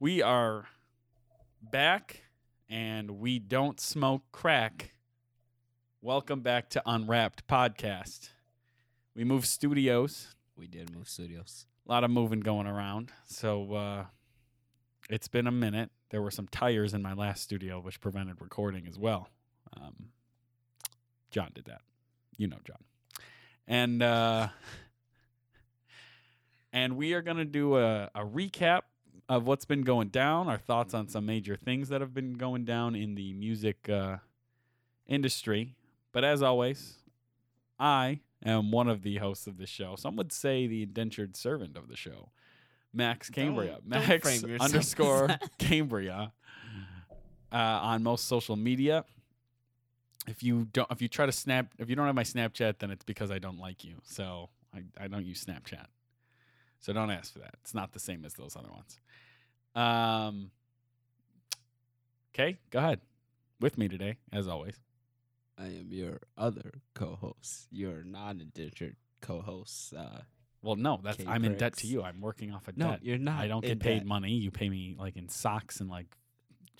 We are back and we don't smoke crack. Welcome back to Unwrapped Podcast. We moved studios, We did move studios. a lot of moving going around. So uh, it's been a minute. There were some tires in my last studio, which prevented recording as well. Um, John did that. You know, John. And. Uh, and we are going to do a, a recap of what's been going down, our thoughts on some major things that have been going down in the music uh, industry. But as always, I am one of the hosts of the show. Some would say the indentured servant of the show, Max Cambria. Don't- don't Max frame yourself as underscore that. Cambria uh, on most social media. If you don't, if you try to snap, if you don't have my Snapchat, then it's because I don't like you. So I, I don't use Snapchat. So don't ask for that. It's not the same as those other ones. Um, okay, go ahead. With me today, as always. I am your other co-host, your non-indentured co-host. Uh, Well, no, that's Okay, I'm in debt pricks. to you. I'm working off a no, debt. you're not. I don't in get paid debt. money. You pay me like in socks and like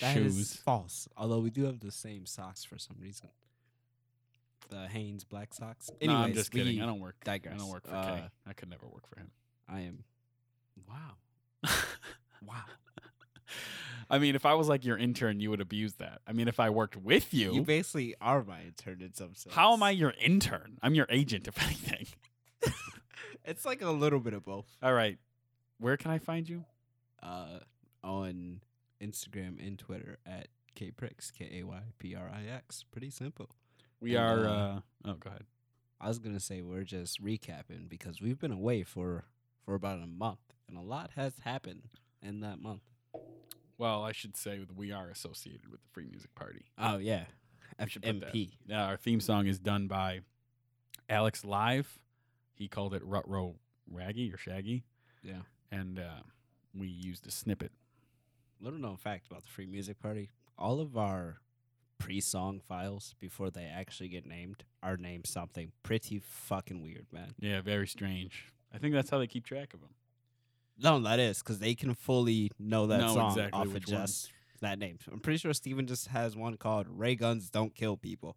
That is shoes. false. Although we do have the same socks for some reason. The Hanes black socks. No, Anyways, I'm just we, kidding. I don't work. I digress. don't work for Kay. Uh, I could never work for him. I am. Wow. Wow. I mean, if I was like your intern, you would abuse that. I mean, if I worked with you, You basically are my intern in some sense. how am I your intern? I'm your agent, if anything. It's like a little bit of both. All right, where can I find you? Uh, on Instagram and Twitter at kprix k a y p r i x. Pretty simple. We And, are. uh, Uh, oh, go ahead. I was gonna say we're just recapping because we've been away for for about a month, and a lot has happened in that month. Well, I should say that we are associated with the Free Music Party. Oh yeah, We should put that. Uh, our theme song is done by Alex Live. He called it Rutro Raggy or Shaggy, Yeah. and uh, we used a snippet. Little known fact about the free music party: all of our pre-song files before they actually get named are named something pretty fucking weird, man. Yeah, very strange. I think that's how they keep track of them. No, that is because they can fully know that Know song exactly off of which one. just that name. I'm pretty sure Steven just has one called "Ray Guns Don't Kill People."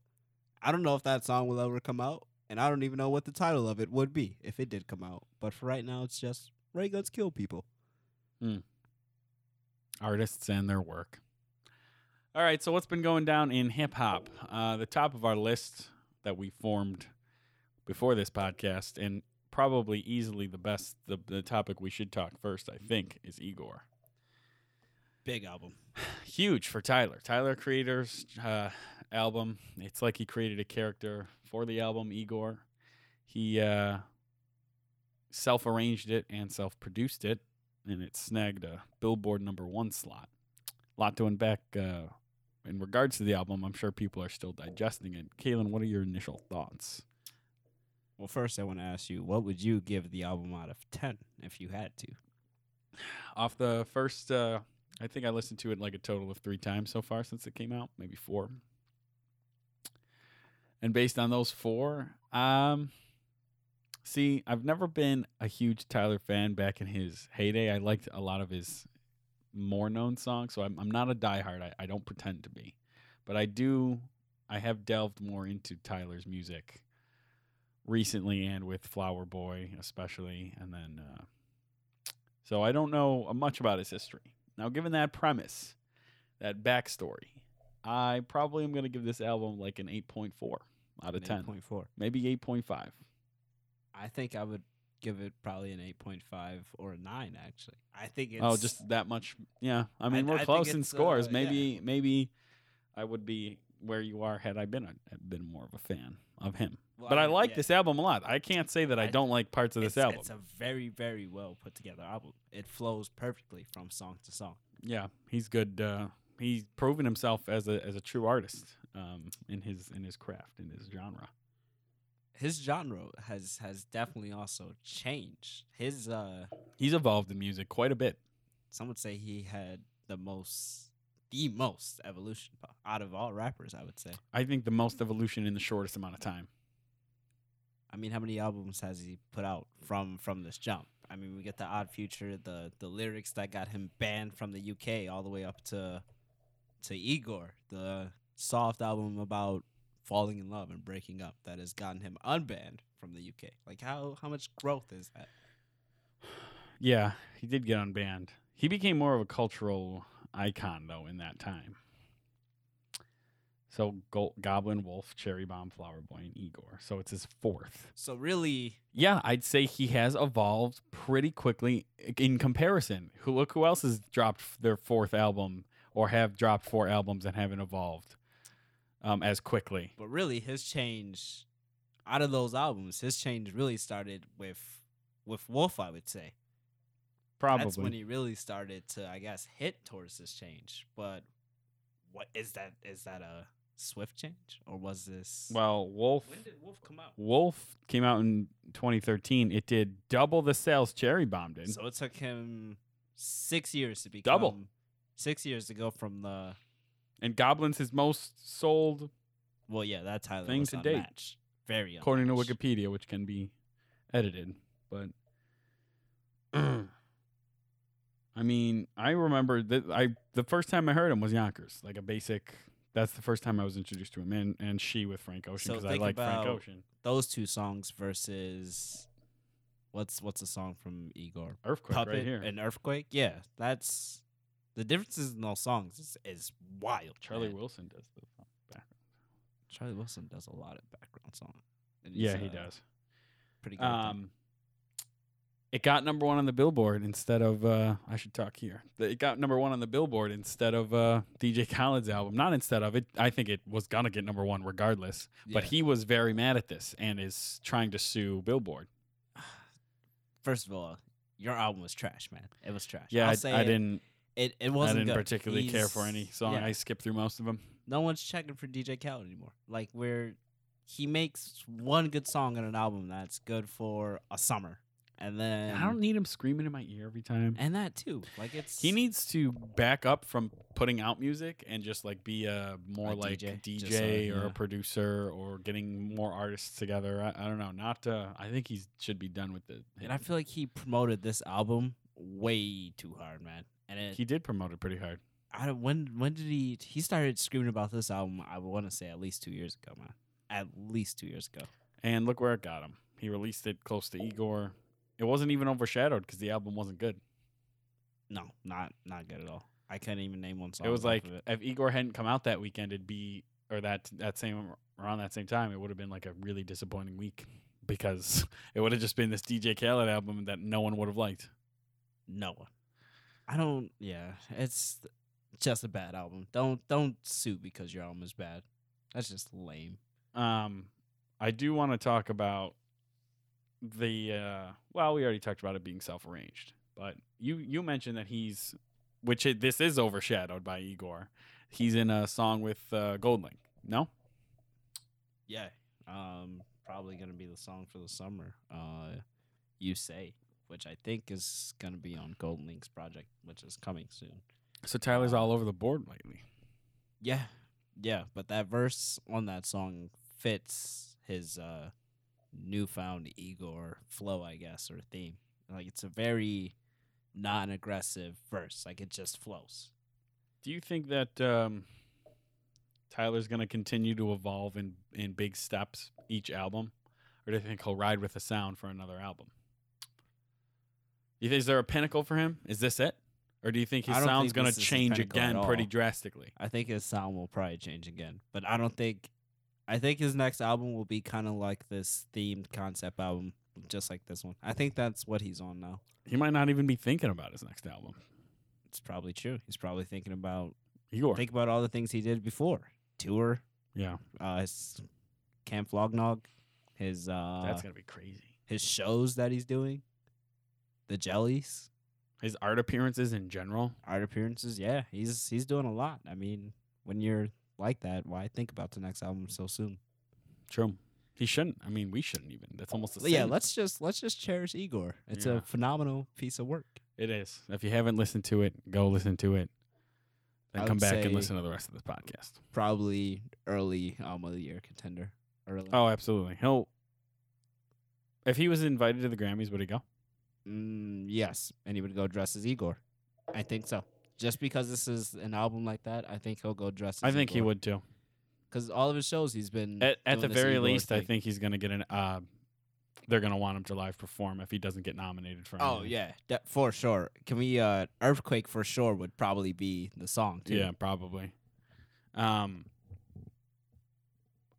I don't know if that song will ever come out, and I don't even know what the title of it would be if it did come out. But for right now, it's just "Ray Guns Kill People." artists and their work. All right, so what's been going down in hip hop? Uh, the top of our list that we formed before this podcast, and probably easily the best, the, the topic we should talk first, I think, is Igor. Big album. Huge for Tyler. Tyler Creator's uh, album. It's like he created a character for the album, Igor. He uh, self arranged it and self produced it, and it snagged a Billboard number one slot. lot to unpack uh, in regards to the album. I'm sure people are still digesting it. Kaylin, what are your initial thoughts? Well, first I want to ask you, what would you give the album out of ten if you had to? Off the first, uh, I think I listened to it like a total of three times so far since it came out, maybe four. And based on those four, um, see, I've never been a huge Tyler fan back in his heyday. I liked a lot of his more known songs, so I'm, I'm not a diehard. I, I don't pretend to be. But I do, I have delved more into Tyler's music recently and with Flower Boy, especially. And then, uh, so I don't know uh, much about his history. Now, given that premise, that backstory, I probably am going to give this album like an 8.4 out of 10 point four. maybe 8.5 I think I would give it probably an eight point five or a nine. Actually, I think it's oh just that much yeah i mean I- I we're think close in it's, scores uh, maybe maybe i would be where you are had i been a, had been more of a fan of him Well, but i mean, like yeah. this album a lot i can't say that i, I- don't like parts of this it's, album It's a very, very well put together album. It flows perfectly from song to song. yeah he's good uh, he's proven himself as a as a true artist um, in his in his craft in his genre His genre has has definitely also changed. His uh he's evolved in music quite a bit some would say he had the most the most evolution po- out of all rappers, I would say. i think the most evolution in the shortest amount of time I mean, how many albums has he put out from from this jump? I mean, we get the Odd Future, the the lyrics that got him banned from the UK, all the way up to to Igor, the soft album about falling in love and breaking up that has gotten him unbanned from the UK. Like how how much growth is that? Yeah, he did get unbanned. He became more of a cultural icon though in that time. So Go- Goblin Wolf, Cherry Bomb, Flower Boy, and Igor. So it's his fourth. So really, Yeah, I'd say he has evolved pretty quickly in comparison. Who look who else has dropped their fourth album or have dropped four albums and haven't evolved um, as quickly. but really his change out of those albums, his change really started with with Wolf, I would say. Probably. That's when he really started to, I guess, hit towards this change. But what is that? Is that a swift change or was this? well, Wolf when did Wolf come out? Wolf came out in 2013. It did double the sales Cherry Bomb did. So it took him six years to become Double. Six years to go from the and Goblin's his most sold well, yeah, that Tyler Thing was to date. unmatched. Very according to unmatched. Wikipedia, which can be edited. But I mean, I remember that I the first time I heard him was Yonkers, like a basic. That's the first time I was introduced to him, and and she with Frank Ocean So because I think like Frank about- Ocean. Those two songs versus what's what's a song from Igor Earthquake Puppet right here. and Earthquake. Yeah, that's the differences in those songs is, is wild. Charlie man. Wilson does the background. Charlie Wilson does a lot of background song. and he's, Yeah, he uh, does. Pretty good. at that. Um, it got number one on the Billboard instead of uh, I should talk here. The- It got number one on the Billboard instead of uh, DJ Khaled's album. Not instead of it. I think it was gonna get number one regardless. But Yeah. he was very mad at this and is trying to sue Billboard. first of all, your album was trash, man. It was trash. Yeah, I'll I, say I it- didn't. It it I wasn't. didn't good. particularly care for He's- any song. yeah. I skipped through most of them. no one's checking for DJ Khaled anymore. Like where he makes one good song on an album that's good for a summer, and then I don't need him screaming in my ear every time. and that too. Like it's He needs to back up from putting out music and just like be a more A like DJ, DJ, just a- or yeah. a producer or getting more artists together. I, I don't know. Not to, I think he should be done with it. and I feel like he promoted this album way too hard, man. And it, he did promote it pretty hard. I don't, when when did he he started screaming about this album? I want to say at least two years ago, man. At least two years ago. And look where it got him. He released it close to Igor. It wasn't even overshadowed because the album wasn't good. No, not not good at all. I couldn't even name one song. it was off like of it. if Igor hadn't come out that weekend, it'd be or that that same around that same time, it would have been like a really disappointing week because it would have just been this DJ Khaled album that no one would have liked. no one. I don't. Yeah, it's just a bad album. Don't don't sue because your album is bad. That's just lame. Um, I do want to talk about the uh, well, we already talked about it being self arranged, but you you mentioned that he's which it, this is overshadowed by Igor. He's in a song with uh, Goldlink. No, Yeah. Um, probably gonna be the song for the summer. Uh, you say, which I think is gonna be on Golden Link's project, which is coming soon. so Tyler's Uh, all over the board lately. Yeah, yeah. But that verse on that song fits his uh newfound Igor flow, I guess, or theme. Like it's a very non-aggressive verse. Like it just flows. Do you think that um, Tyler's going to continue to evolve in in big steps each album, or do you think he'll ride with the sound for another album? You think- Is there a pinnacle for him? Is this it, or do you think his I don't sound's think going this to is a change pinnacle at again pretty all. drastically? I think his sound will probably change again, but I don't think. I think his next album will be kind of like this themed concept album, just like this one. I think that's what he's on now. He might not even be thinking about his next album. It's probably true. He's probably thinking about Igor, think about all the things he did before tour, yeah, uh, his Camp Flognog, his uh, that's going to be crazy. his shows that he's doing, the jellies, His art appearances in general. art appearances. Yeah, he's he's doing a lot. I mean, when you're like that, why think about the next album so soon? True. He shouldn't. I mean, we shouldn't even. That's almost the Well, yeah, same. let's just let's just cherish Igor. It's Yeah. a phenomenal piece of work. It is. If you haven't listened to it, go listen to it. I Then come would back say- and listen to the rest of this podcast. Probably early album of the year contender. Early. Oh, absolutely. He'll. If he was invited to the Grammys, would he go? Mm, yes, and he would go dress as Igor. I think so. Just because this is an album like that, I think he'll go dress. I as think he Igor. would too. because all of his shows he's been At, at doing the this very Mm. Igor least, I thing. think he's going to get an. Uh, they're going to want him to live perform if he doesn't get nominated for. Oh anything. yeah, de- for sure. Can we? Uh, Earthquake for sure would probably be the song too. Yeah, probably. Um,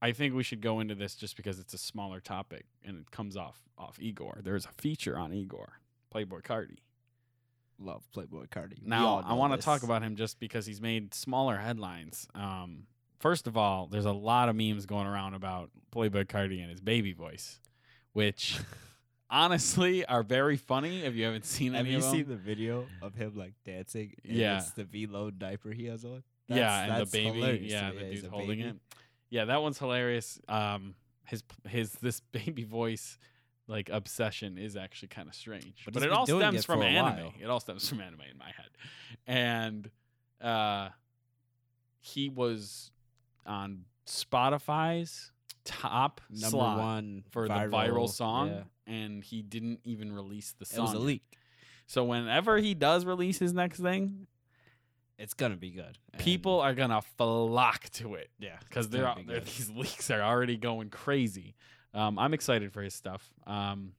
I think we should go into this just because it's a smaller topic and it comes off off Igor. There's a feature on Igor, Playboy Cardi. love Playboy Cardi. We all Now I know want to this. talk about him just because he's made smaller headlines. Um, first of all, there's a lot of memes going around about Playboy Cardi and his baby voice, which honestly are very funny if you haven't seen Have any you of them. seen the video of him like dancing? and Yeah. it's the V load diaper he has on. yeah, and that's the baby. hilarious to Yeah, me. the he's dude's a holding baby. it. Yeah, that one's hilarious. Um, his his this baby voice like obsession is actually kind of strange, But but, he's it been all doing stems it from for a anime. while. It all stems from anime in my head, and uh, he was on Spotify's top Number slot one for the viral song, yeah. and he didn't even release the It was song. a leak. So whenever he does release his next thing, It's gonna be good. and people are gonna flock to it. Yeah, it's because they're, gonna out be there, good. these leaks are already going crazy. Um, I'm excited for his stuff. Um,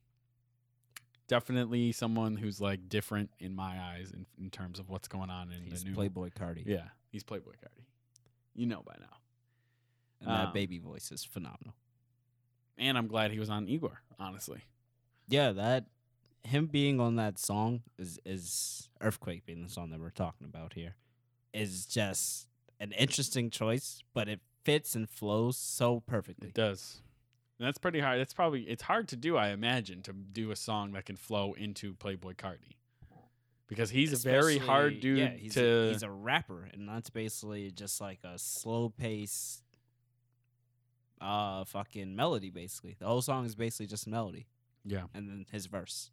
definitely someone who's like different in my eyes in, in terms of what's going on in He's the new. Playboy Cardi. Yeah, he's Playboy Cardi. You know by now. and that Um, baby voice is phenomenal. And I'm glad he was on Igor. Honestly, Yeah, that him being on that song is is earthquake being the song that we're talking about here is just an interesting choice, but it fits and flows so perfectly. it does. And that's pretty hard. That's probably it's hard to do. I imagine to do a song that can flow into Playboy Cardi, because he's a very hard Especially- dude yeah, he's to. A, he's a rapper, and that's basically just like a slow pace, uh, fucking melody. Basically, the whole song is basically just melody, yeah. and then his verse.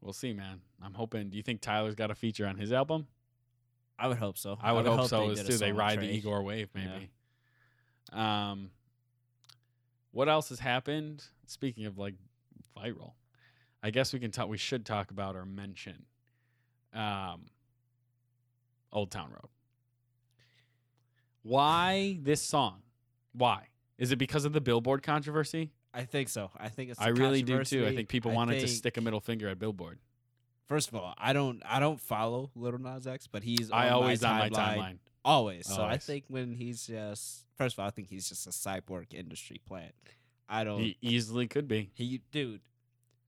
We'll see, man. I'm hoping. Do you think Tyler's got a feature on his album? I would hope so. I would, hope, so. did Is a too. They song with ride the Trey. Igor wave, Yeah. maybe. Um, what else has happened? Speaking of like viral, I guess we can talk. We should talk about or mention, um, Old Town Road. Why this song? Why is it because of the Billboard controversy? I think so. I think it's. I really do too. I controversy. think people wanted to think- stick a middle finger at Billboard. First of all, I don't I don't follow Little Nas X, but he's I on always my on my timeline. always. So I Always. think when he's just first of all, I think he's just a cyborg industry plant. I don't. He He, easily could be. dude,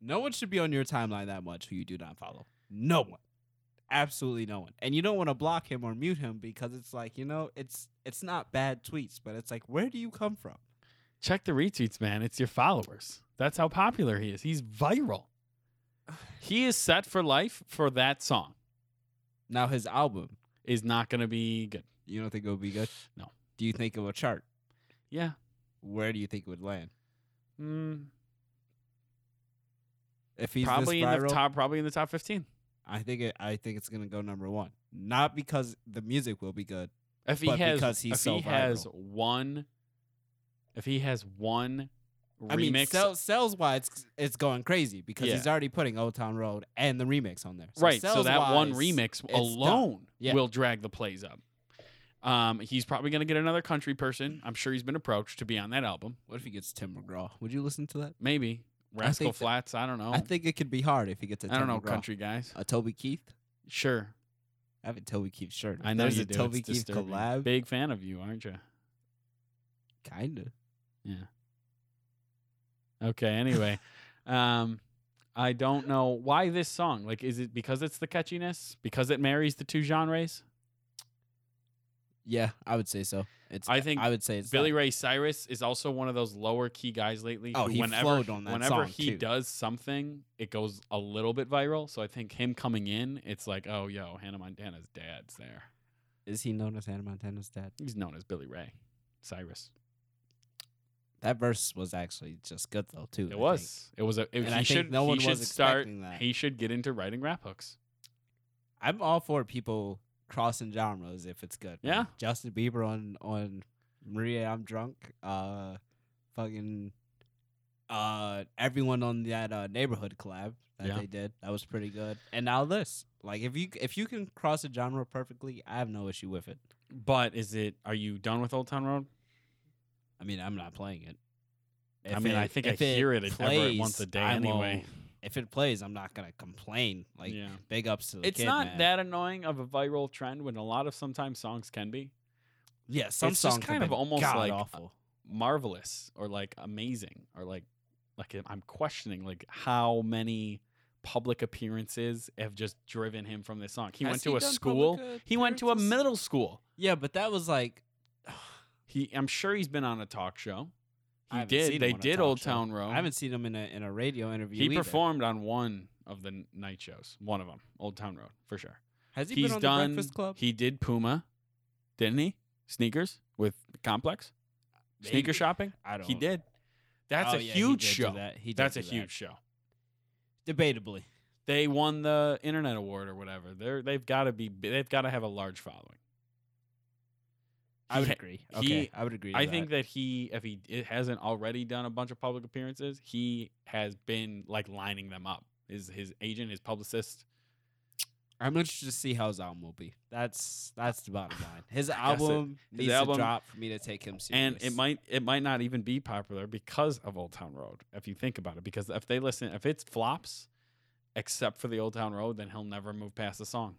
no one should be on your timeline that much who you do not follow. No one, absolutely no one. And you don't want to block him or mute him because it's like you know it's it's not bad tweets, but it's like where do you come from? Check the retweets, man. It's your followers. That's how popular he is. He's viral. He is set for life for that song. Now his album, Is not going to be good. you don't think it would be good? No. Do you think it will chart? Yeah. Where do you think it would land? Mm, If he's probably this in viral, the top. Probably in the top fifteen. I think it, I think it's gonna go number one. Not because the music will be good. If he But has, because he's if so he has viral. one, if he has one remix, I mean, sell, sales wise, it's going crazy because Yeah. he's already putting Old Town Road and the remix on there. right? So that one sales-wise, remix done. alone Yeah. will drag the plays up. Um, he's probably going to get another country person. I'm sure he's been approached to be on that album. What if he gets Tim McGraw? Would you listen to that? Maybe think Rascal that- Flats. I don't know. I think it could be hard if he gets a I Tim don't know McGraw. country guys. A Toby Keith. Sure, I have a Toby Keith shirt. I know There's you a do. Toby it's Keith disturbing. collab. Big fan of you, aren't you? Kinda. Okay. Anyway, um, I don't know why this song. Like, is it because it's the catchiness? Because it marries the two genres? Yeah, I would say so. It's. I think I would say it's Billy that. Ray Cyrus is also one of those lower key guys lately. Oh, who he whenever, flowed on that Whenever song, he too. does something, it goes a little bit viral. So I think him coming in, it's like, oh, yo, Hannah Montana's dad's there. Is he known as Hannah Montana's dad? He's known as Billy Ray Cyrus. That verse was actually just good though too. I It think. was. It was a. It, And he I think should. no he one should was start. expecting that. He should get into writing rap hooks. I'm all for people crossing genres if it's good. man. Yeah. Justin Bieber on on Maria I'm drunk. Uh fucking uh everyone on that uh neighborhood collab. that Yeah. they did. That was pretty good. And now this, like, if you if you can cross a genre perfectly, I have no issue with it. But is it? Are you done with Old Town Road? I mean, I'm not playing it. I mean, I think I if hear it every- once a day I anyway. won't- If it plays, I'm not gonna complain. Like, Yeah. big ups to the It's kid, not man. that annoying of a viral trend when a lot of sometimes songs can be Yeah, some it's just songs have kind of been almost like- god-awful. marvelous or like amazing or like like I'm questioning like how many public appearances have just driven him from this song. He Has went he to a done school. public He went to a appearances? middle school. Yeah, but that was like He I'm sure he's been on a talk show. I He haven't seen did. him They on a did talk Old show. Town Road. I haven't seen him in a in a radio interview. Oh. He either. performed on one of the n- night shows, one of them, Old Town Road, for sure. Has he He's been on done. the Breakfast Club? He did Puma, didn't he? Sneakers with Complex, sneaker Maybe. shopping. I don't. He did. That's Oh, a yeah, he huge did do show. That. He did That's do a that. huge show. Debatably, They won the Internet Award or whatever. They're they've got to be. bi- They've got to have a large following. I would He- agree. Okay, he- I would agree. to I think that he, if he it hasn't already done a bunch of public appearances, he has been like lining them up. His his agent, his publicist. I'm interested to see how his album will be. That's that's the bottom line. His guess it- album his needs album- to drop for me to take him serious. and it might it might not even be popular because of Old Town Road if you think about it because if they listen if it's flops except for the Old Town Road then he'll never move past the song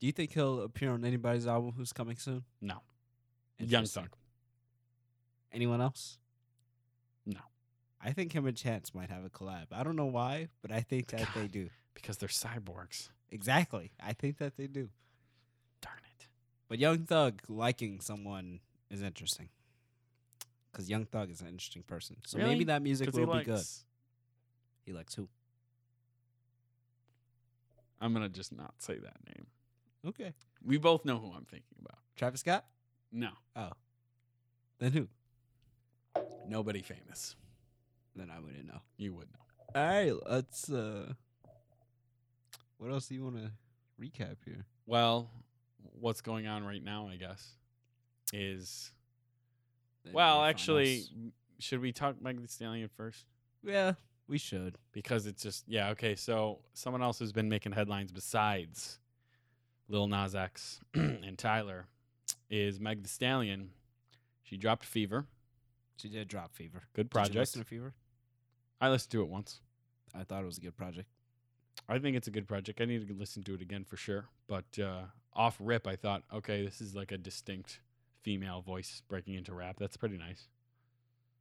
Do you think he'll appear on anybody's album who's coming soon? no Young Interesting. Thug Anyone else? No. I think him and Chance might have a collab. I don't know why, but I think that they God. do. because they're cyborgs Exactly. I think that they do. darn it But Young Thug liking someone is interesting. Because Young Thug is an interesting person. So Really? maybe that music 'Cause he will be good. likes- He likes who? I'm gonna just not say that name Okay. we both know who I'm thinking about Travis Scott? no Oh. Then who? nobody famous Then I wouldn't know. you would know All right, let's. uh What else do you want to recap here? well what's going on right now I guess is well actually m- should we talk Megan Thee Stallion first yeah, we should. because it's just yeah okay so someone else who's been making headlines besides lil nas x and tyler is meg the stallion she dropped fever She did drop Fever. good Did you project listen to Fever? i listened to it once I thought it was a good project. i think it's a good project i need to listen to it again for sure but uh, off rip i thought okay this is like a distinct female voice breaking into rap that's pretty nice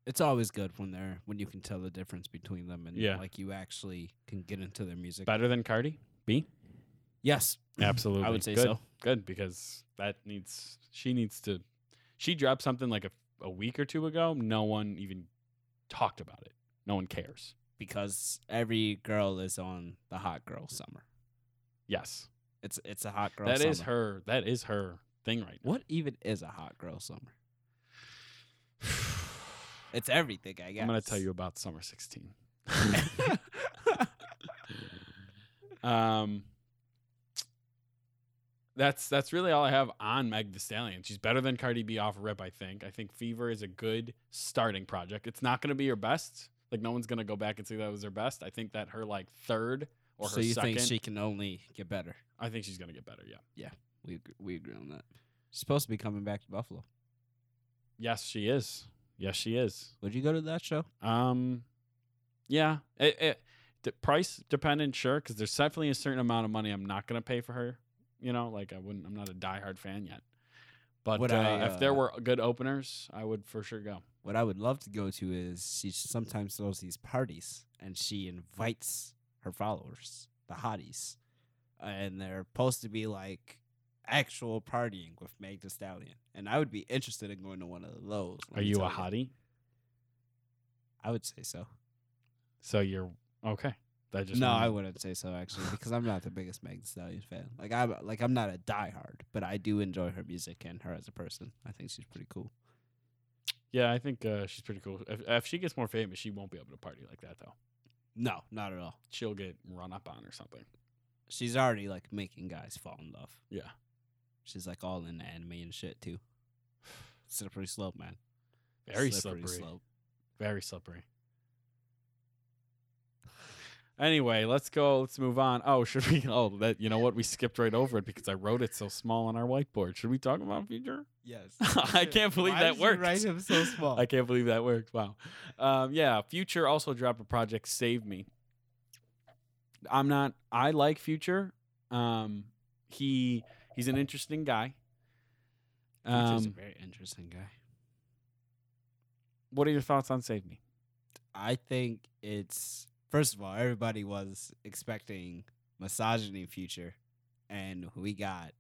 It's always good when they're when you can tell the difference between them and Yeah. like you actually can get into their music. better than cardi b yes, absolutely I would say Good. so. good because that needs she needs to she dropped something like a, a week or two ago no one even talked about it no one cares because every girl is on the hot girl summer. yes It's it's a hot girl. that is summer. her that is her thing right now. What even is a hot girl summer? It's everything, I guess. i'm going to tell you about summer 16 um that's that's really all I have on Meg the Stallion. She's better than Cardi B off rip, I think. I think Fever is a good starting project. It's not gonna be her best. Like no one's gonna go back and say that was her best. I think that her like third or so her you second think she can only get better? I think she's gonna get better, yeah. We agree, we agree on that. She's supposed to be coming back to Buffalo. Yes, she is. Yes, she is. Would you go to that show? Um yeah. It, it d- price dependent, sure, because there's definitely a certain amount of money I'm not gonna pay for her. You know, like I wouldn't I'm not a diehard fan yet. But Would uh, I, if there uh, were good openers, I would for sure go. What I would love to go to is she Mm-hmm. sometimes throws these parties and she invites her followers, the hotties, and they're supposed to be like actual partying with Meg Thee Stallion. And I would be interested in going to one of those. let Are me you a tell hottie? I would say so. So you're okay. That just no, wanted- I wouldn't say so actually, because I'm not the biggest Meg Thee Stallion fan. Like I'm like I'm not a diehard, but I do enjoy her music and her as a person. I think she's pretty cool. Yeah, I think uh, she's pretty cool. If, if she gets more famous, she won't be able to party like that though. No, not at all. She'll get run up on or something. She's already like making guys fall in love. Yeah. She's like all in the anime and shit too. Slippery slope, man. Very slippery. Very slippery. Anyway, let's go. Let's move on. Oh, should we? Oh, that you know what? We skipped right over it because I wrote it so small on our whiteboard. Should we talk about future? Yes. I can't believe Why that did worked. You write him so small. I can't believe that worked. Wow. Um, yeah, Future also dropped a project, Save Me. I'm not. I like Future. Um, he he's an interesting guy. Future's Um, very interesting guy. what are your thoughts on Save Me? I think it's first of all, everybody was expecting misogyny future, and we got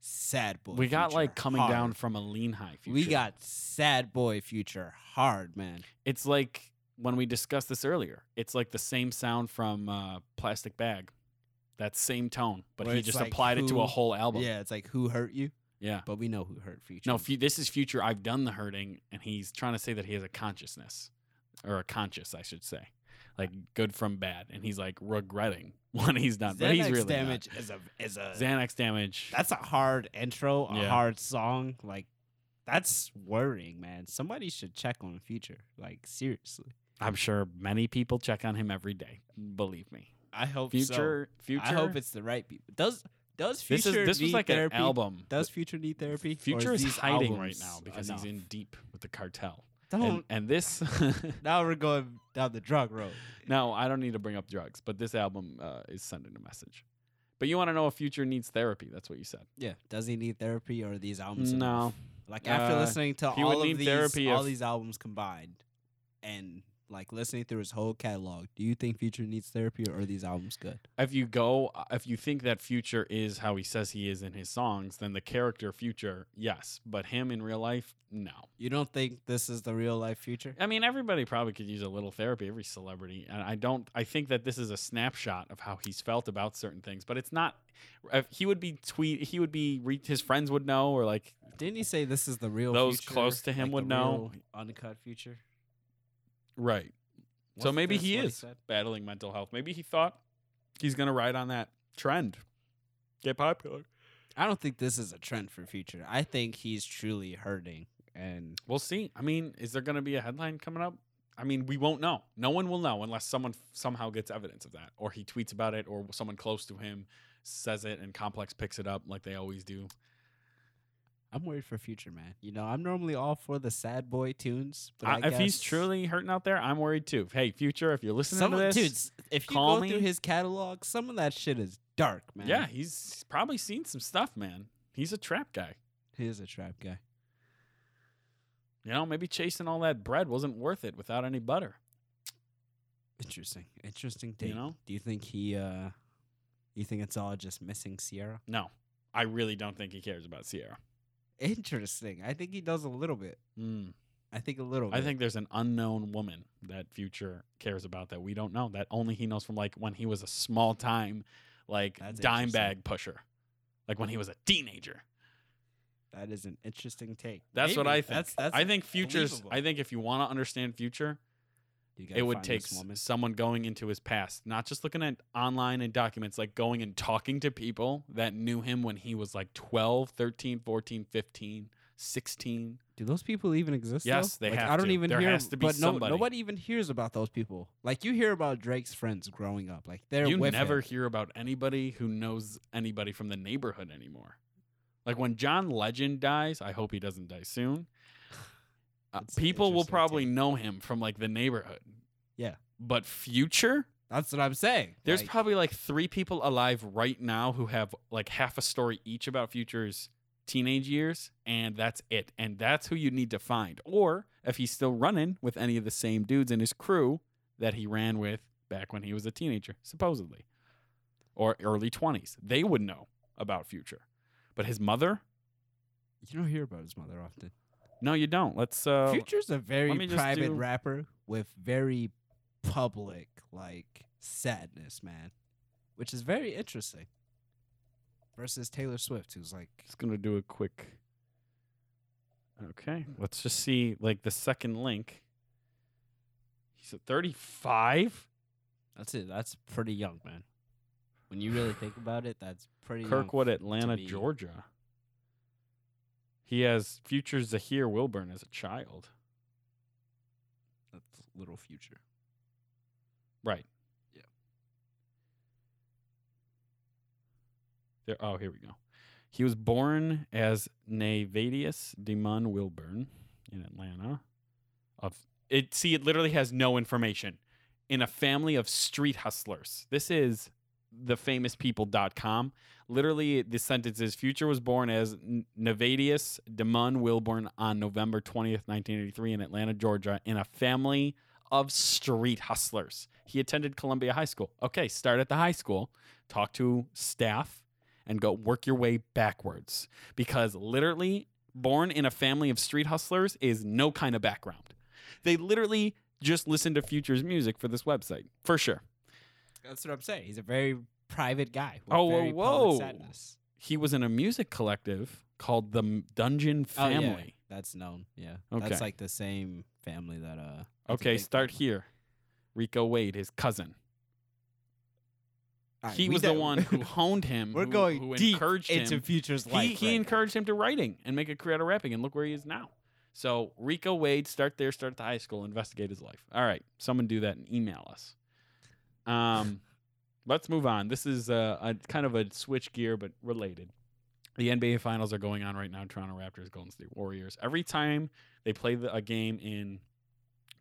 sad boy. we got Future like coming down hard. from a lean high. Future. We got sad boy future hard, man. It's like when we discussed this earlier. It's like the same sound from uh, Plastic Bag, that same tone, but Where he it's just like applied it to who- a whole album. Yeah, it's like who hurt you, Yeah. but we know who hurt future. No, fu- this is future. I've done the hurting, and he's trying to say that he has a consciousness, or a conscious, I should say, like good from bad. And he's like regretting what he's done, Xanax but he's really damage not. is a is a Xanax damage. that's a hard intro, a Yeah. hard song. Like that's worrying, man. Somebody should check on future. Like seriously, I'm sure many people check on him every day. Believe me. I hope Future, future. I hope it's the right people. Does does this future is this was need like therapy? an album. Does future need therapy? Or Future is these hiding right albums now because he's enough? in deep with the cartel. Don't. And, and this, now we're going down the drug road. no, I don't need to bring up drugs, but this album uh, is sending a message. But you want to know if Future needs therapy? That's what you said. Yeah. Does he need therapy or are these albums? No. enough? Like after Uh, listening to he would all need of these therapy all if- these albums combined, and like listening through his whole catalog, do you think Future needs therapy or are these albums good? if you go uh, if you think that future is how he says he is in his songs then the character future yes but him in real life no You don't think this is the real life Future? i mean everybody probably could use a little therapy every celebrity and i don't i think that this is a snapshot of how he's felt about certain things but it's not if he would be tweet he would be re, his friends would know or like Didn't he say this is the real? Those Future, close to him like the would know. real Uncut Future. right so Wasn't maybe this he what is said? battling mental health maybe he thought he's going to ride on that trend get popular I don't think this is a trend for future. I think he's truly hurting, and We'll see. I mean, is there going to be a headline coming up? I mean, we won't know. No one will know unless someone f- somehow gets evidence of that, or he tweets about it, or someone close to him says it, and Complex picks it up like they always do. I'm worried for future, man. You know, I'm normally all for the sad boy tunes, but I- I if he's guess truly hurting out there, I'm worried too. Hey, future, if you're listening some to of- this, dude, s- if you call go through me. his catalog, some of that shit is dark, man. yeah, he's probably seen some stuff, man. He's a trap guy. he is a trap guy. You know, maybe chasing all that bread wasn't worth it without any butter. Interesting, interesting take. know? do you think he? uh You think it's all just missing Sierra? No, I really don't think he cares about Sierra. Interesting. I think he does a little bit. Mm. I think a little. I bit. think there's an unknown woman that Future cares about that we don't know. That only he knows from like when he was a small time, like That's dime interesting. bag pusher, like when he was a teenager. that is an interesting take. That's what Maybe. I think. That's, that's I think Future's. believable. I think if you want to understand Future, You gotta it would find take this s- woman. someone going into his past, not just looking at online and documents, like going and talking to people that knew him when he was like 12, 13, 14, 15, 16. Do those people even exist? though? Yes, they like, have I don't to. even There hear. has to be but no, somebody. nobody even hears about those people. Like you hear about Drake's friends growing up. Like they're you with never him. hear about anybody who knows anybody from the neighborhood anymore. Like when John Legend dies, I hope he doesn't die soon. Uh, That's an people will interesting probably take. know him from like the neighborhood. Yeah. But future, That's what I'm saying. there's Like, probably like three people alive right now who have like half a story each about future's teenage years, and that's it. And that's who you need to find. Or if he's still running with any of the same dudes in his crew that he ran with back when he was a teenager, supposedly, or early 20s, they would know about future. But his mother, you don't hear about his mother often. no, you don't. Let's uh, Future's a me very just private do- rapper with very public like sadness, man, which is very interesting. Versus Taylor Swift, who's like, Just gonna do a quick. Okay, let's just see like the second link. He's at 35. that's it. That's pretty young, man. When you really think about it, that's pretty. young Kirkwood, f- to Atlanta, be- Georgia. He has future Zahir Wilburn as a child. That's little future. Right. Yeah. There, oh, here we go. He was born as Navadius Demon Wilburn in Atlanta. Of it, see, it literally has no information. In a family of street hustlers. This is thefamouspeople.com. Literally, the sentence is Future was born as N- Navadius Demon Wilburn on November 20th, 1983, in Atlanta, Georgia, in a family of street hustlers. He attended Columbia High School. Okay, start at the high school, talk to staff, and go work your way backwards. Because literally, born in a family of street hustlers is no kind of background. They literally just listen to Future's music for this website, for sure. That's what I'm saying. He's a very private guy. with Oh, whoa, very whoa. public sadness. He was in a music collective called the M- Dungeon Oh, yeah. Family. That's known. Yeah. Okay. That's like the same family that uh that's a Okay, big start family. here. Rico Wade, his cousin. All right, he we was the don't- one who honed him. We're who- going who deep encouraged into him. Future's He, life. he right now. encouraged him to writing and make a career out of rapping, and look where he is now. So Rico Wade, start there, start at the high school, investigate his life. All right, someone do that and email us. Um, let's move on. This is uh a kind of a switch gear, but related. The NBA Finals are going on right now. Toronto Raptors, Golden State Warriors. Every time they play the, a game in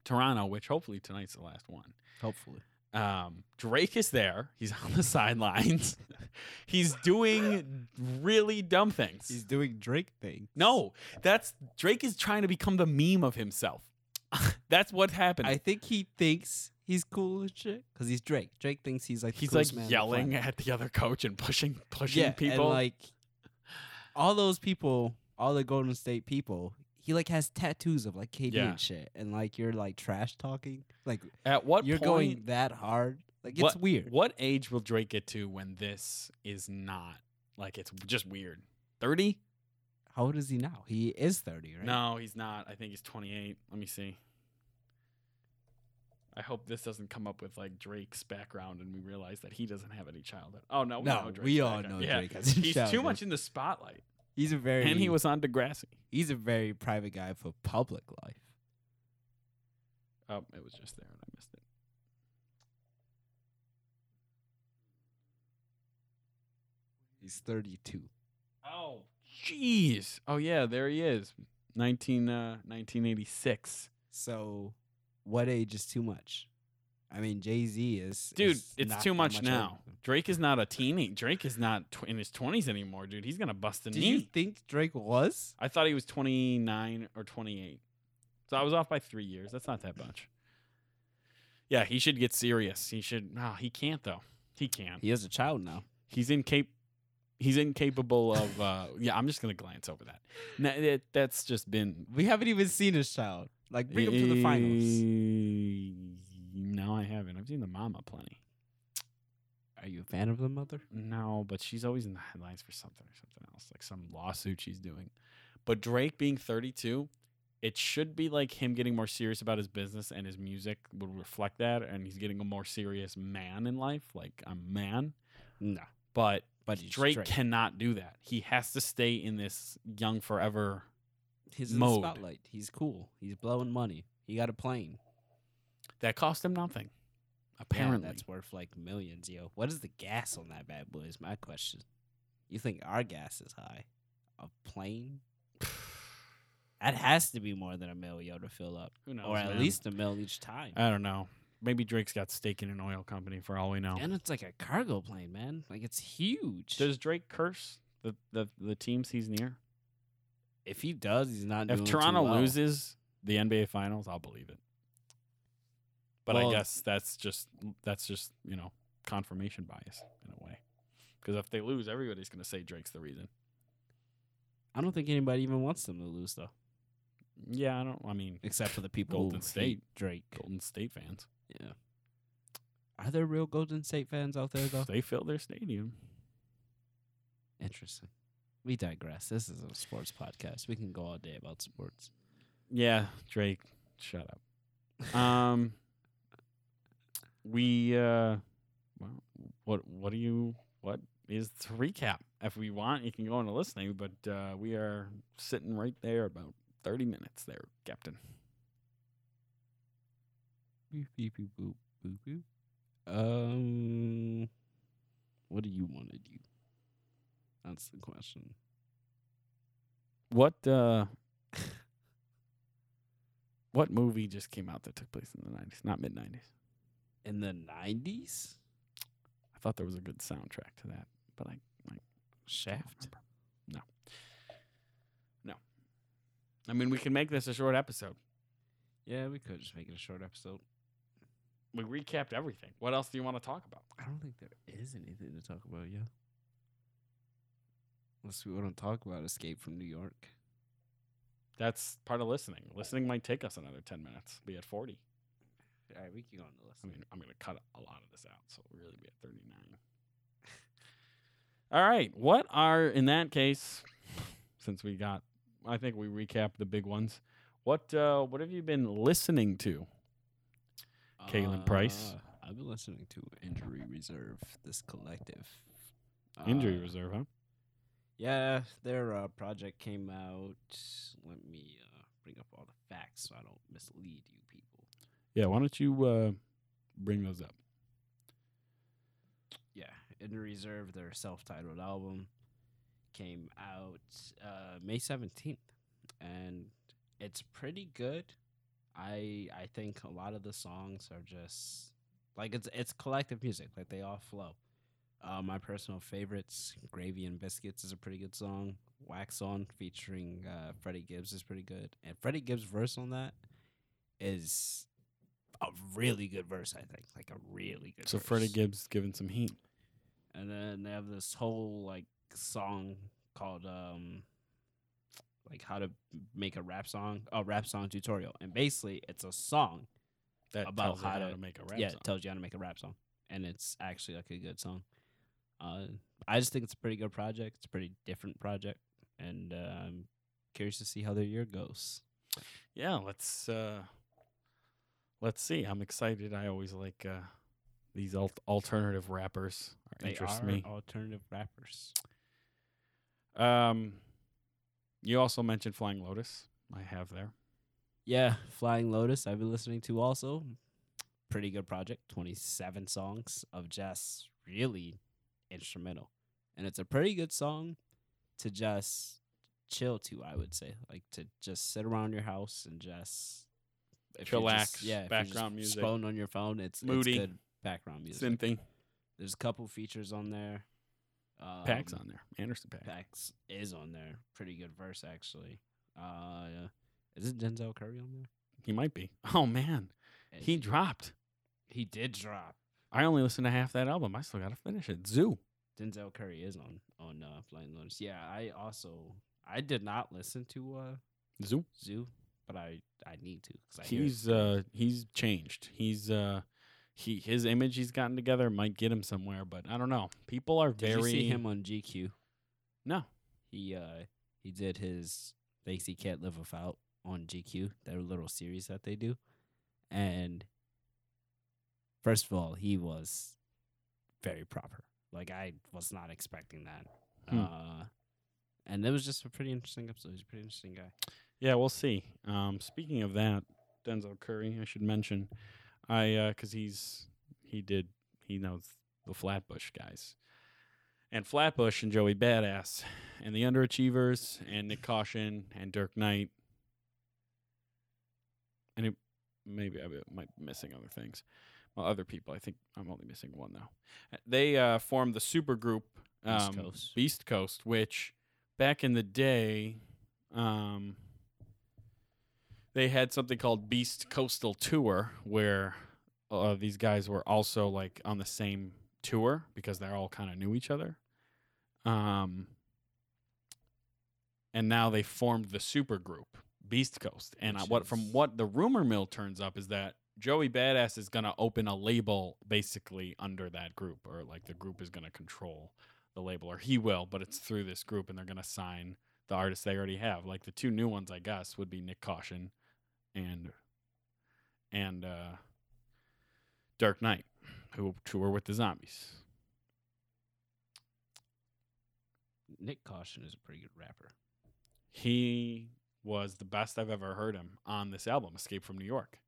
Toronto, which hopefully tonight's the last one. Hopefully. Um, Drake is there. He's on the sidelines. he's doing really dumb things. He's doing Drake things. no, that's Drake is trying to become the meme of himself. that's what happened. I think he thinks he's cool and shit because he's Drake. Drake thinks he's like the he's like coolest man on the yelling planet. at the other coach and pushing pushing yeah, people. and like all those people, all the Golden State people. He like has tattoos of like KD Yeah. and shit, and like you're like trash talking, like at what you're point, going that hard. Like it's what- weird. What age will Drake get to when this is not like it's just weird? Thirty? How old is he now? He is thirty, right? No, he's not. I think he's 28. Let me see. I hope this doesn't come up with like Drake's background and we realize that he doesn't have any childhood. Oh no, we no, know Drake's we all know background. Yeah. Drake. Has a He's child, too dude. much in the spotlight, He's a very and he was on Degrassi. he's a very private guy for public life. Oh, it was just there and I missed it. He's thirty two. Oh, jeez. Oh yeah, there he is. 19, uh, 1986. So, what age is too much? I mean, Jay Z is Dude, is it's not too that much, older now. than him. Drake is not a teeny. Drake is not tw- in his 20s anymore, dude. He's going to bust a Did knee. you think Drake was? I thought he was 29 or 28. So I was off by three years. That's not that much. Yeah, he should get serious. He should. No, he can't though. He can't. He is a child now. He's incapable. He's incapable of. Uh, yeah, I'm just gonna glance over that. No, that that's just been. eh, We haven't even seen his child. Like, bring him to the finals. No, I haven't. I've seen the mama plenty. Eh, Are you a fan of the mother? No, but she's always in the headlines for something or something else, like some lawsuit she's doing. But Drake being 32, it should be like him getting more serious about his business and his music would reflect that. And he's getting a more serious man in life, like a man. No, But but he's Drake, cannot do that. He has to stay in this young forever. He's in mode. the spotlight. He's cool. He's blowing money. He got a plane. That cost him nothing, Yeah, apparently. that's worth like millions, yo. What is the gas on that bad boy? Is my question. You think our gas is high? A plane? That has to be more than a mil, yo, to fill up, Who knows? or at man? least a mil each time. I don't know. Maybe Drake's got stake in an oil company for all we know. And it's like a cargo plane, man. Like it's huge. Does Drake curse the, the, the teams he's near? if he does, he's not. If doing Toronto too well. loses the NBA Finals, I'll believe it. But I Well- guess that's just that's just you know confirmation bias in a way. Because if they lose, everybody's going to say Drake's the reason. I don't think anybody even wants them to lose though, Yeah, I don't. I mean, except for the people Golden who hate State. Drake. Golden State fans, Yeah. Are there real Golden State fans out there though? they fill their stadium. Interesting. We digress. This is a sports podcast. We can go all day about sports. Yeah, Drake, shut up. Um, we uh, well, what what do you what is the recap? If we want, you can go into listening, but uh, we are sitting right there about thirty minutes there, Captain. Beep, beep, beep, boop, boop, boop. Um, what do you want to do? That's the question. What uh what movie just came out that took place in the nineties? Not mid nineties. In the nineties, I thought there was a good soundtrack to that, but I Shaft. No. No. I mean we can make this a short episode. Yeah, we could just make it a short episode. We recapped everything. What else do you want to talk about? I don't think there is anything to talk about, yeah. Unless we want to talk about Escape from New York. That's part of listening. Listening might take us another ten minutes. Be at forty. All right, we can go on the list. I mean, I'm going to cut a lot of this out, so we'll really be at 39. All right. What are, in that case, since we got, I think we recapped the big ones. What uh, what have you been listening to? Kalen Price. Uh, I've been listening to Injury Reserve, this collective. Injury Uh, reserve, huh? Yeah, their uh, project came out. Let me uh, bring up all the facts so I don't mislead you people. Yeah. Why don't you uh, bring those up? yeah, in reserve, their self-titled album came out uh, May seventeenth, and it's pretty good. I I think a lot of the songs are just like it's it's collective music, like they all flow. Uh, my personal favorites, "Gravy and Biscuits" is a pretty good song. "Wax On" featuring uh, Freddie Gibbs is pretty good, and Freddie Gibbs' verse on that is a really good verse. I think, like a really good. So verse Freddie Gibbs giving some heat. and then they have this whole like song called um like how to make a rap song a rap song tutorial and basically it's a song That About tells her how how to- to make a rap yeah song. it tells you how to make a rap song and it's actually like a good song uh i just think it's a pretty good project it's a pretty different project and uh, i'm curious to see how their year goes yeah. Let's uh, let's see. I'm excited. I always like uh, these al- alternative rappers. they interest are me. alternative rappers Um, you also mentioned Flying Lotus. I have there. Yeah, Flying Lotus. I've been listening to also. Pretty good project. Twenty seven songs of just really instrumental, and it's a pretty good song to just chill to. I would say, like to just sit around your house and just if you're Chillax, Just, yeah, if you're just background music. Scrolling on your phone, it's Moody. It's good background music. Synthing. There's a couple features on there. Um, Pack's on there. Anderson Pack. Pax is on there. Pretty good verse actually. Uh, is it Denzel Curry on there? He might be. Oh man, Eh, he dropped. He did drop. I only listened to half that album. I still gotta finish it. Zoo. Denzel Curry is on on uh, Flying Lotus. Yeah, I also I did not listen to uh, Zoo. Zoo, but I I need to because I hear it's He's uh he's changed. He's uh he his image he's gotten together might get him somewhere, but I don't know. People are good. did very you see him on GQ? no. He uh he did his things he can't live without on GQ. Their little series that they do, and first of all, he was very proper. Like I was not expecting that. Hmm. Uh, and it was just a pretty interesting episode. He's a pretty interesting guy. Yeah, we'll see. Um, speaking of that, Denzel Curry, I should mention, I because he's he did he knows the Flatbush guys, and Flatbush and Joey Badass, and the Underachievers, and Nick Caution, and Dirk Knight, and it, maybe I might be missing other things, well, other people. I think I'm only missing one though. They uh, formed the supergroup East um, Coast. Beast Coast, which back in the day, um, they had something called Beast Coastal Tour, where uh, these guys were also like on the same tour because they all kind of knew each other. Um, and now they formed the super group Beast Coast. And I, Which what is- from what the rumor mill turns up is that Joey Badass is gonna open a label basically under that group, or like the group is gonna control the label, or he will, but it's through this group, and they're gonna sign the artists they already have. Like the two new ones, I guess, would be Nick Caution and and uh, Dark Knight, who tour with the zombies. Nick Caution is a pretty good rapper. He was the best I've ever heard him on this album, Escape from New York.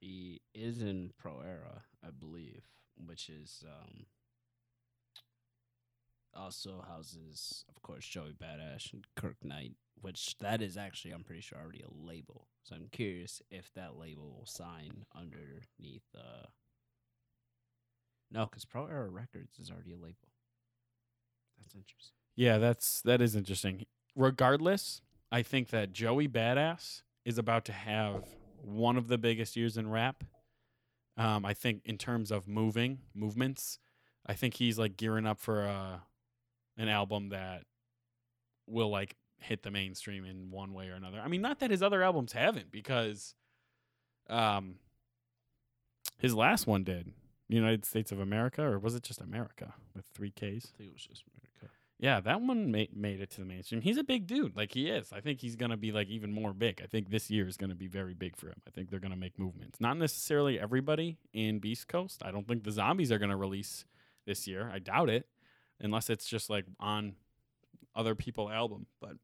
He is in Pro Era, I believe, which is um also houses, of course, Joey Badass and Kirk Knight, which that is actually, I'm pretty sure, already a label. So I'm curious if that label will sign underneath. Uh... No, because Pro Era Records is already a label. That's interesting. Yeah, that's that is interesting. Regardless, I think that Joey Badass is about to have one of the biggest years in rap. Um, I think in terms of moving movements, I think he's like gearing up for uh, an album that will like hit the mainstream in one way or another. I mean, not that his other albums haven't, because um, his last one did, United States of America, or was it just America with three Ks? I think it was just America. Yeah, that one made made it to the mainstream. He's a big dude, like he is. I think he's gonna be like even more big. I think this year is gonna be very big for him. I think they're gonna make movements. Not necessarily everybody in Beast Coast. I don't think the zombies are gonna release this year. I doubt it, unless it's just like on other people album. But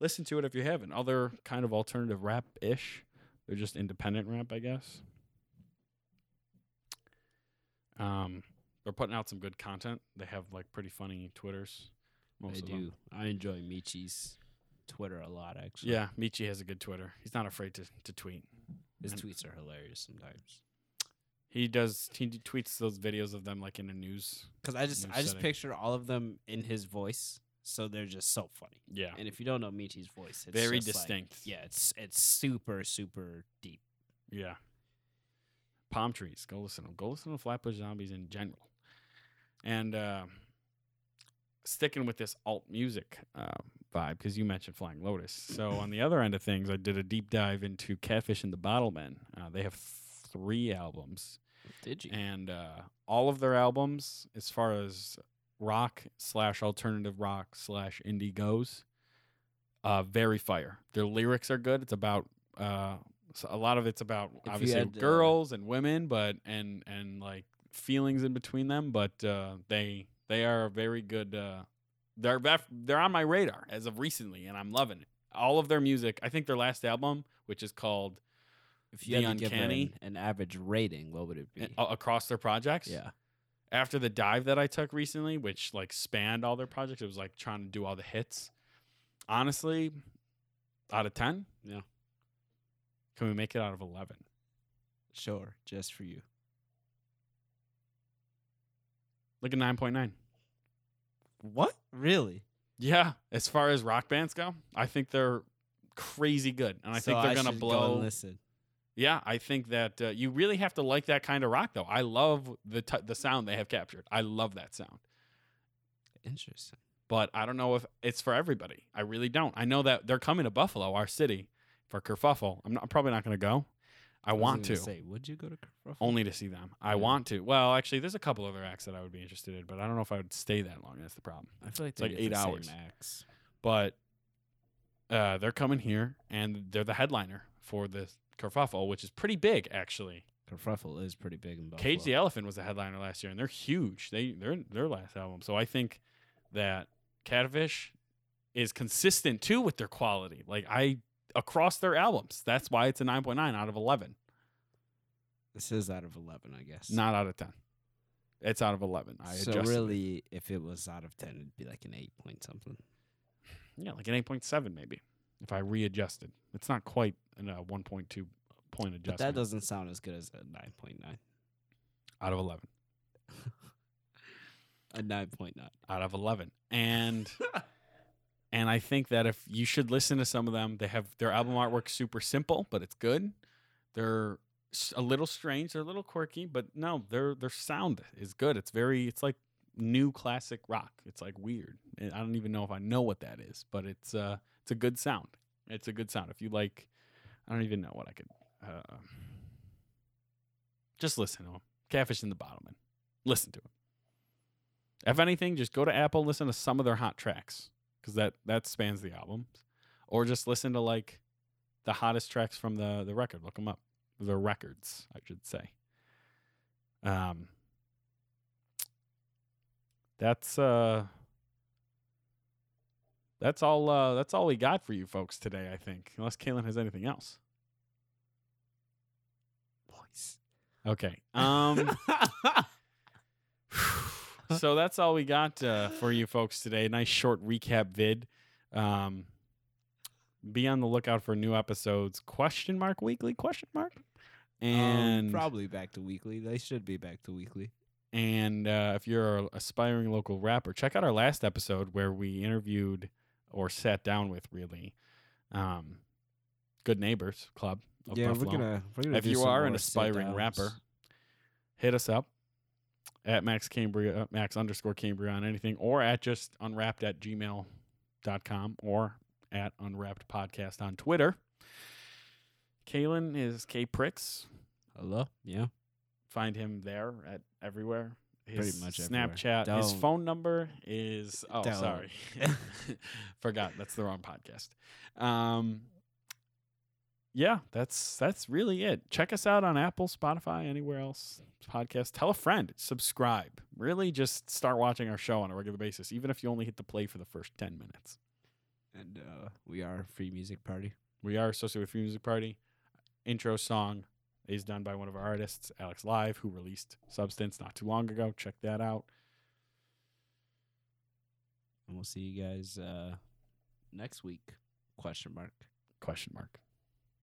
listen to it if you haven't. Other kind of alternative rap ish. They're just independent rap, I guess. Um, they're putting out some good content. They have like pretty funny twitters. I Most of do. them. I enjoy Michi's Twitter a lot, actually. Yeah, Michi has a good Twitter. He's not afraid to, to tweet. His And- tweets are hilarious sometimes. He does. He d- tweets those videos of them like in the news. Because I just, New I just setting. picture all of them in his voice, so they're just so funny. Yeah, And if you don't know Michi's voice, it's very just like- distinct. yeah, it's it's super super deep. yeah. Palm trees. Go listen. to 'em. Go listen to Flatbush Zombies in general. And uh, sticking with this alt music uh, vibe, because you mentioned Flying Lotus. So on the other end of things, I did a deep dive into Catfish and the Bottlemen. Uh, they have three albums. Did you? and uh, all of their albums, as far as rock slash alternative rock slash indie goes, uh, very fire. Their lyrics are good. It's about uh, so a lot of it's about you obviously had, uh, girls and women, but and and like feelings in between them. But uh, they they are a very good. Uh, they're vef- they're on my radar as of recently, and I'm loving it. All of their music. I think their last album, which is called if you The had to give her Uncanny- an, an average rating, what would it be? uh, Across Their Projects, yeah, after the dive that I took recently, which like spanned all their projects, it was like trying to do all the hits. Honestly, out of ten, Yeah. Can we make it out of eleven? sure, just for you. Look at nine point nine. What? Really? Yeah, as far as rock bands go, I think they're crazy good, and I So think they're gonna should go blow. and listen. Yeah, I think that uh, you really have to like that kind of rock, though. I love the t- the sound they have captured. I love that sound. Interesting. but I don't know if it's for everybody. I really don't. I know that they're coming to Buffalo, our city, for kerfuffle. I'm, not, I'm probably not going to go. I, was want gonna to say, would you go to Kerfuffle? only to see them. I Yeah. want to. Well, actually, there's a couple other acts that I would be interested in, but I don't know if I would stay that long. That's the problem. I feel like like they get eight the same hours. acts. But uh, they're coming here, and they're the headliner for the kerfuffle, which is pretty big, actually. Kerfuffle is pretty big in Buffalo. Cage the Elephant was the headliner last year, and they're huge. They they're their last album. So I think that Catfish is consistent too with their quality. Like I across their albums. That's why it's a nine point nine out of eleven. This is out of eleven, I guess. Not out of ten. It's out of eleven. I so adjusted it. really, if it was out of ten, it'd be like an eight point something. Yeah, like an eight point seven maybe. If I readjusted. It's not quite an uh, one point two point But adjustment that doesn't sound as good as a nine point nine. out of eleven. A nine point nine. Out of eleven. And And I think that if you should listen to some of them, they have their album artwork super simple, but it's good. They're s- a little strange, they're a little quirky, but no, their their sound is good. It's very it's like new classic rock. It's like weird. And I don't even know if I know what that is, but it's uh it's a good sound. It's a good sound. If you like, I don't even know what I could. Uh, just listen to them. Catfish in the Bottleman. Listen to them. If anything, just go to Apple, listen to some of their hot tracks because that that spans the albums, or just listen to like the hottest tracks from the the record. Look them up. The records, I should say. Um, that's uh, that's all. Uh, that's all we got for you folks today. I think, unless Kaylin has anything else. Voice. Okay. Um. so that's all we got uh, for you folks today. Nice short recap vid. Um, be on the lookout for new episodes. Question mark weekly? Question mark. Um, And probably back to weekly. They should be back to weekly. and uh, if you're an aspiring local rapper, check out our last episode where we interviewed or sat down with really um, good neighbors club. Of yeah, Buffalo. we're gonna, we're gonna. if do you some are more an aspiring sit-downs. rapper, hit us up at Max Cambria, uh, Max underscore Cambria on anything, or at just unwrapped at gmail.com or at unwrapped podcast on Twitter. Kalen is K Pricks. hello, yeah, Find him there at everywhere. His Pretty much everywhere. Snapchat. His Don't. phone number is oh Don't. sorry. Forgot. That's the wrong podcast. Um yeah, that's that's really it. Check us out on Apple, Spotify, anywhere else. Podcast. Tell a friend. Subscribe. Really, just start watching our show on a regular basis, even if you only hit the play for the first ten minutes. and uh, we are a free music party. We are associated with Free Music Party. Intro song is done by one of our artists, Alex Live, who released Substance not too long ago. Check that out. and we'll see you guys uh, next week. Question mark. Question mark.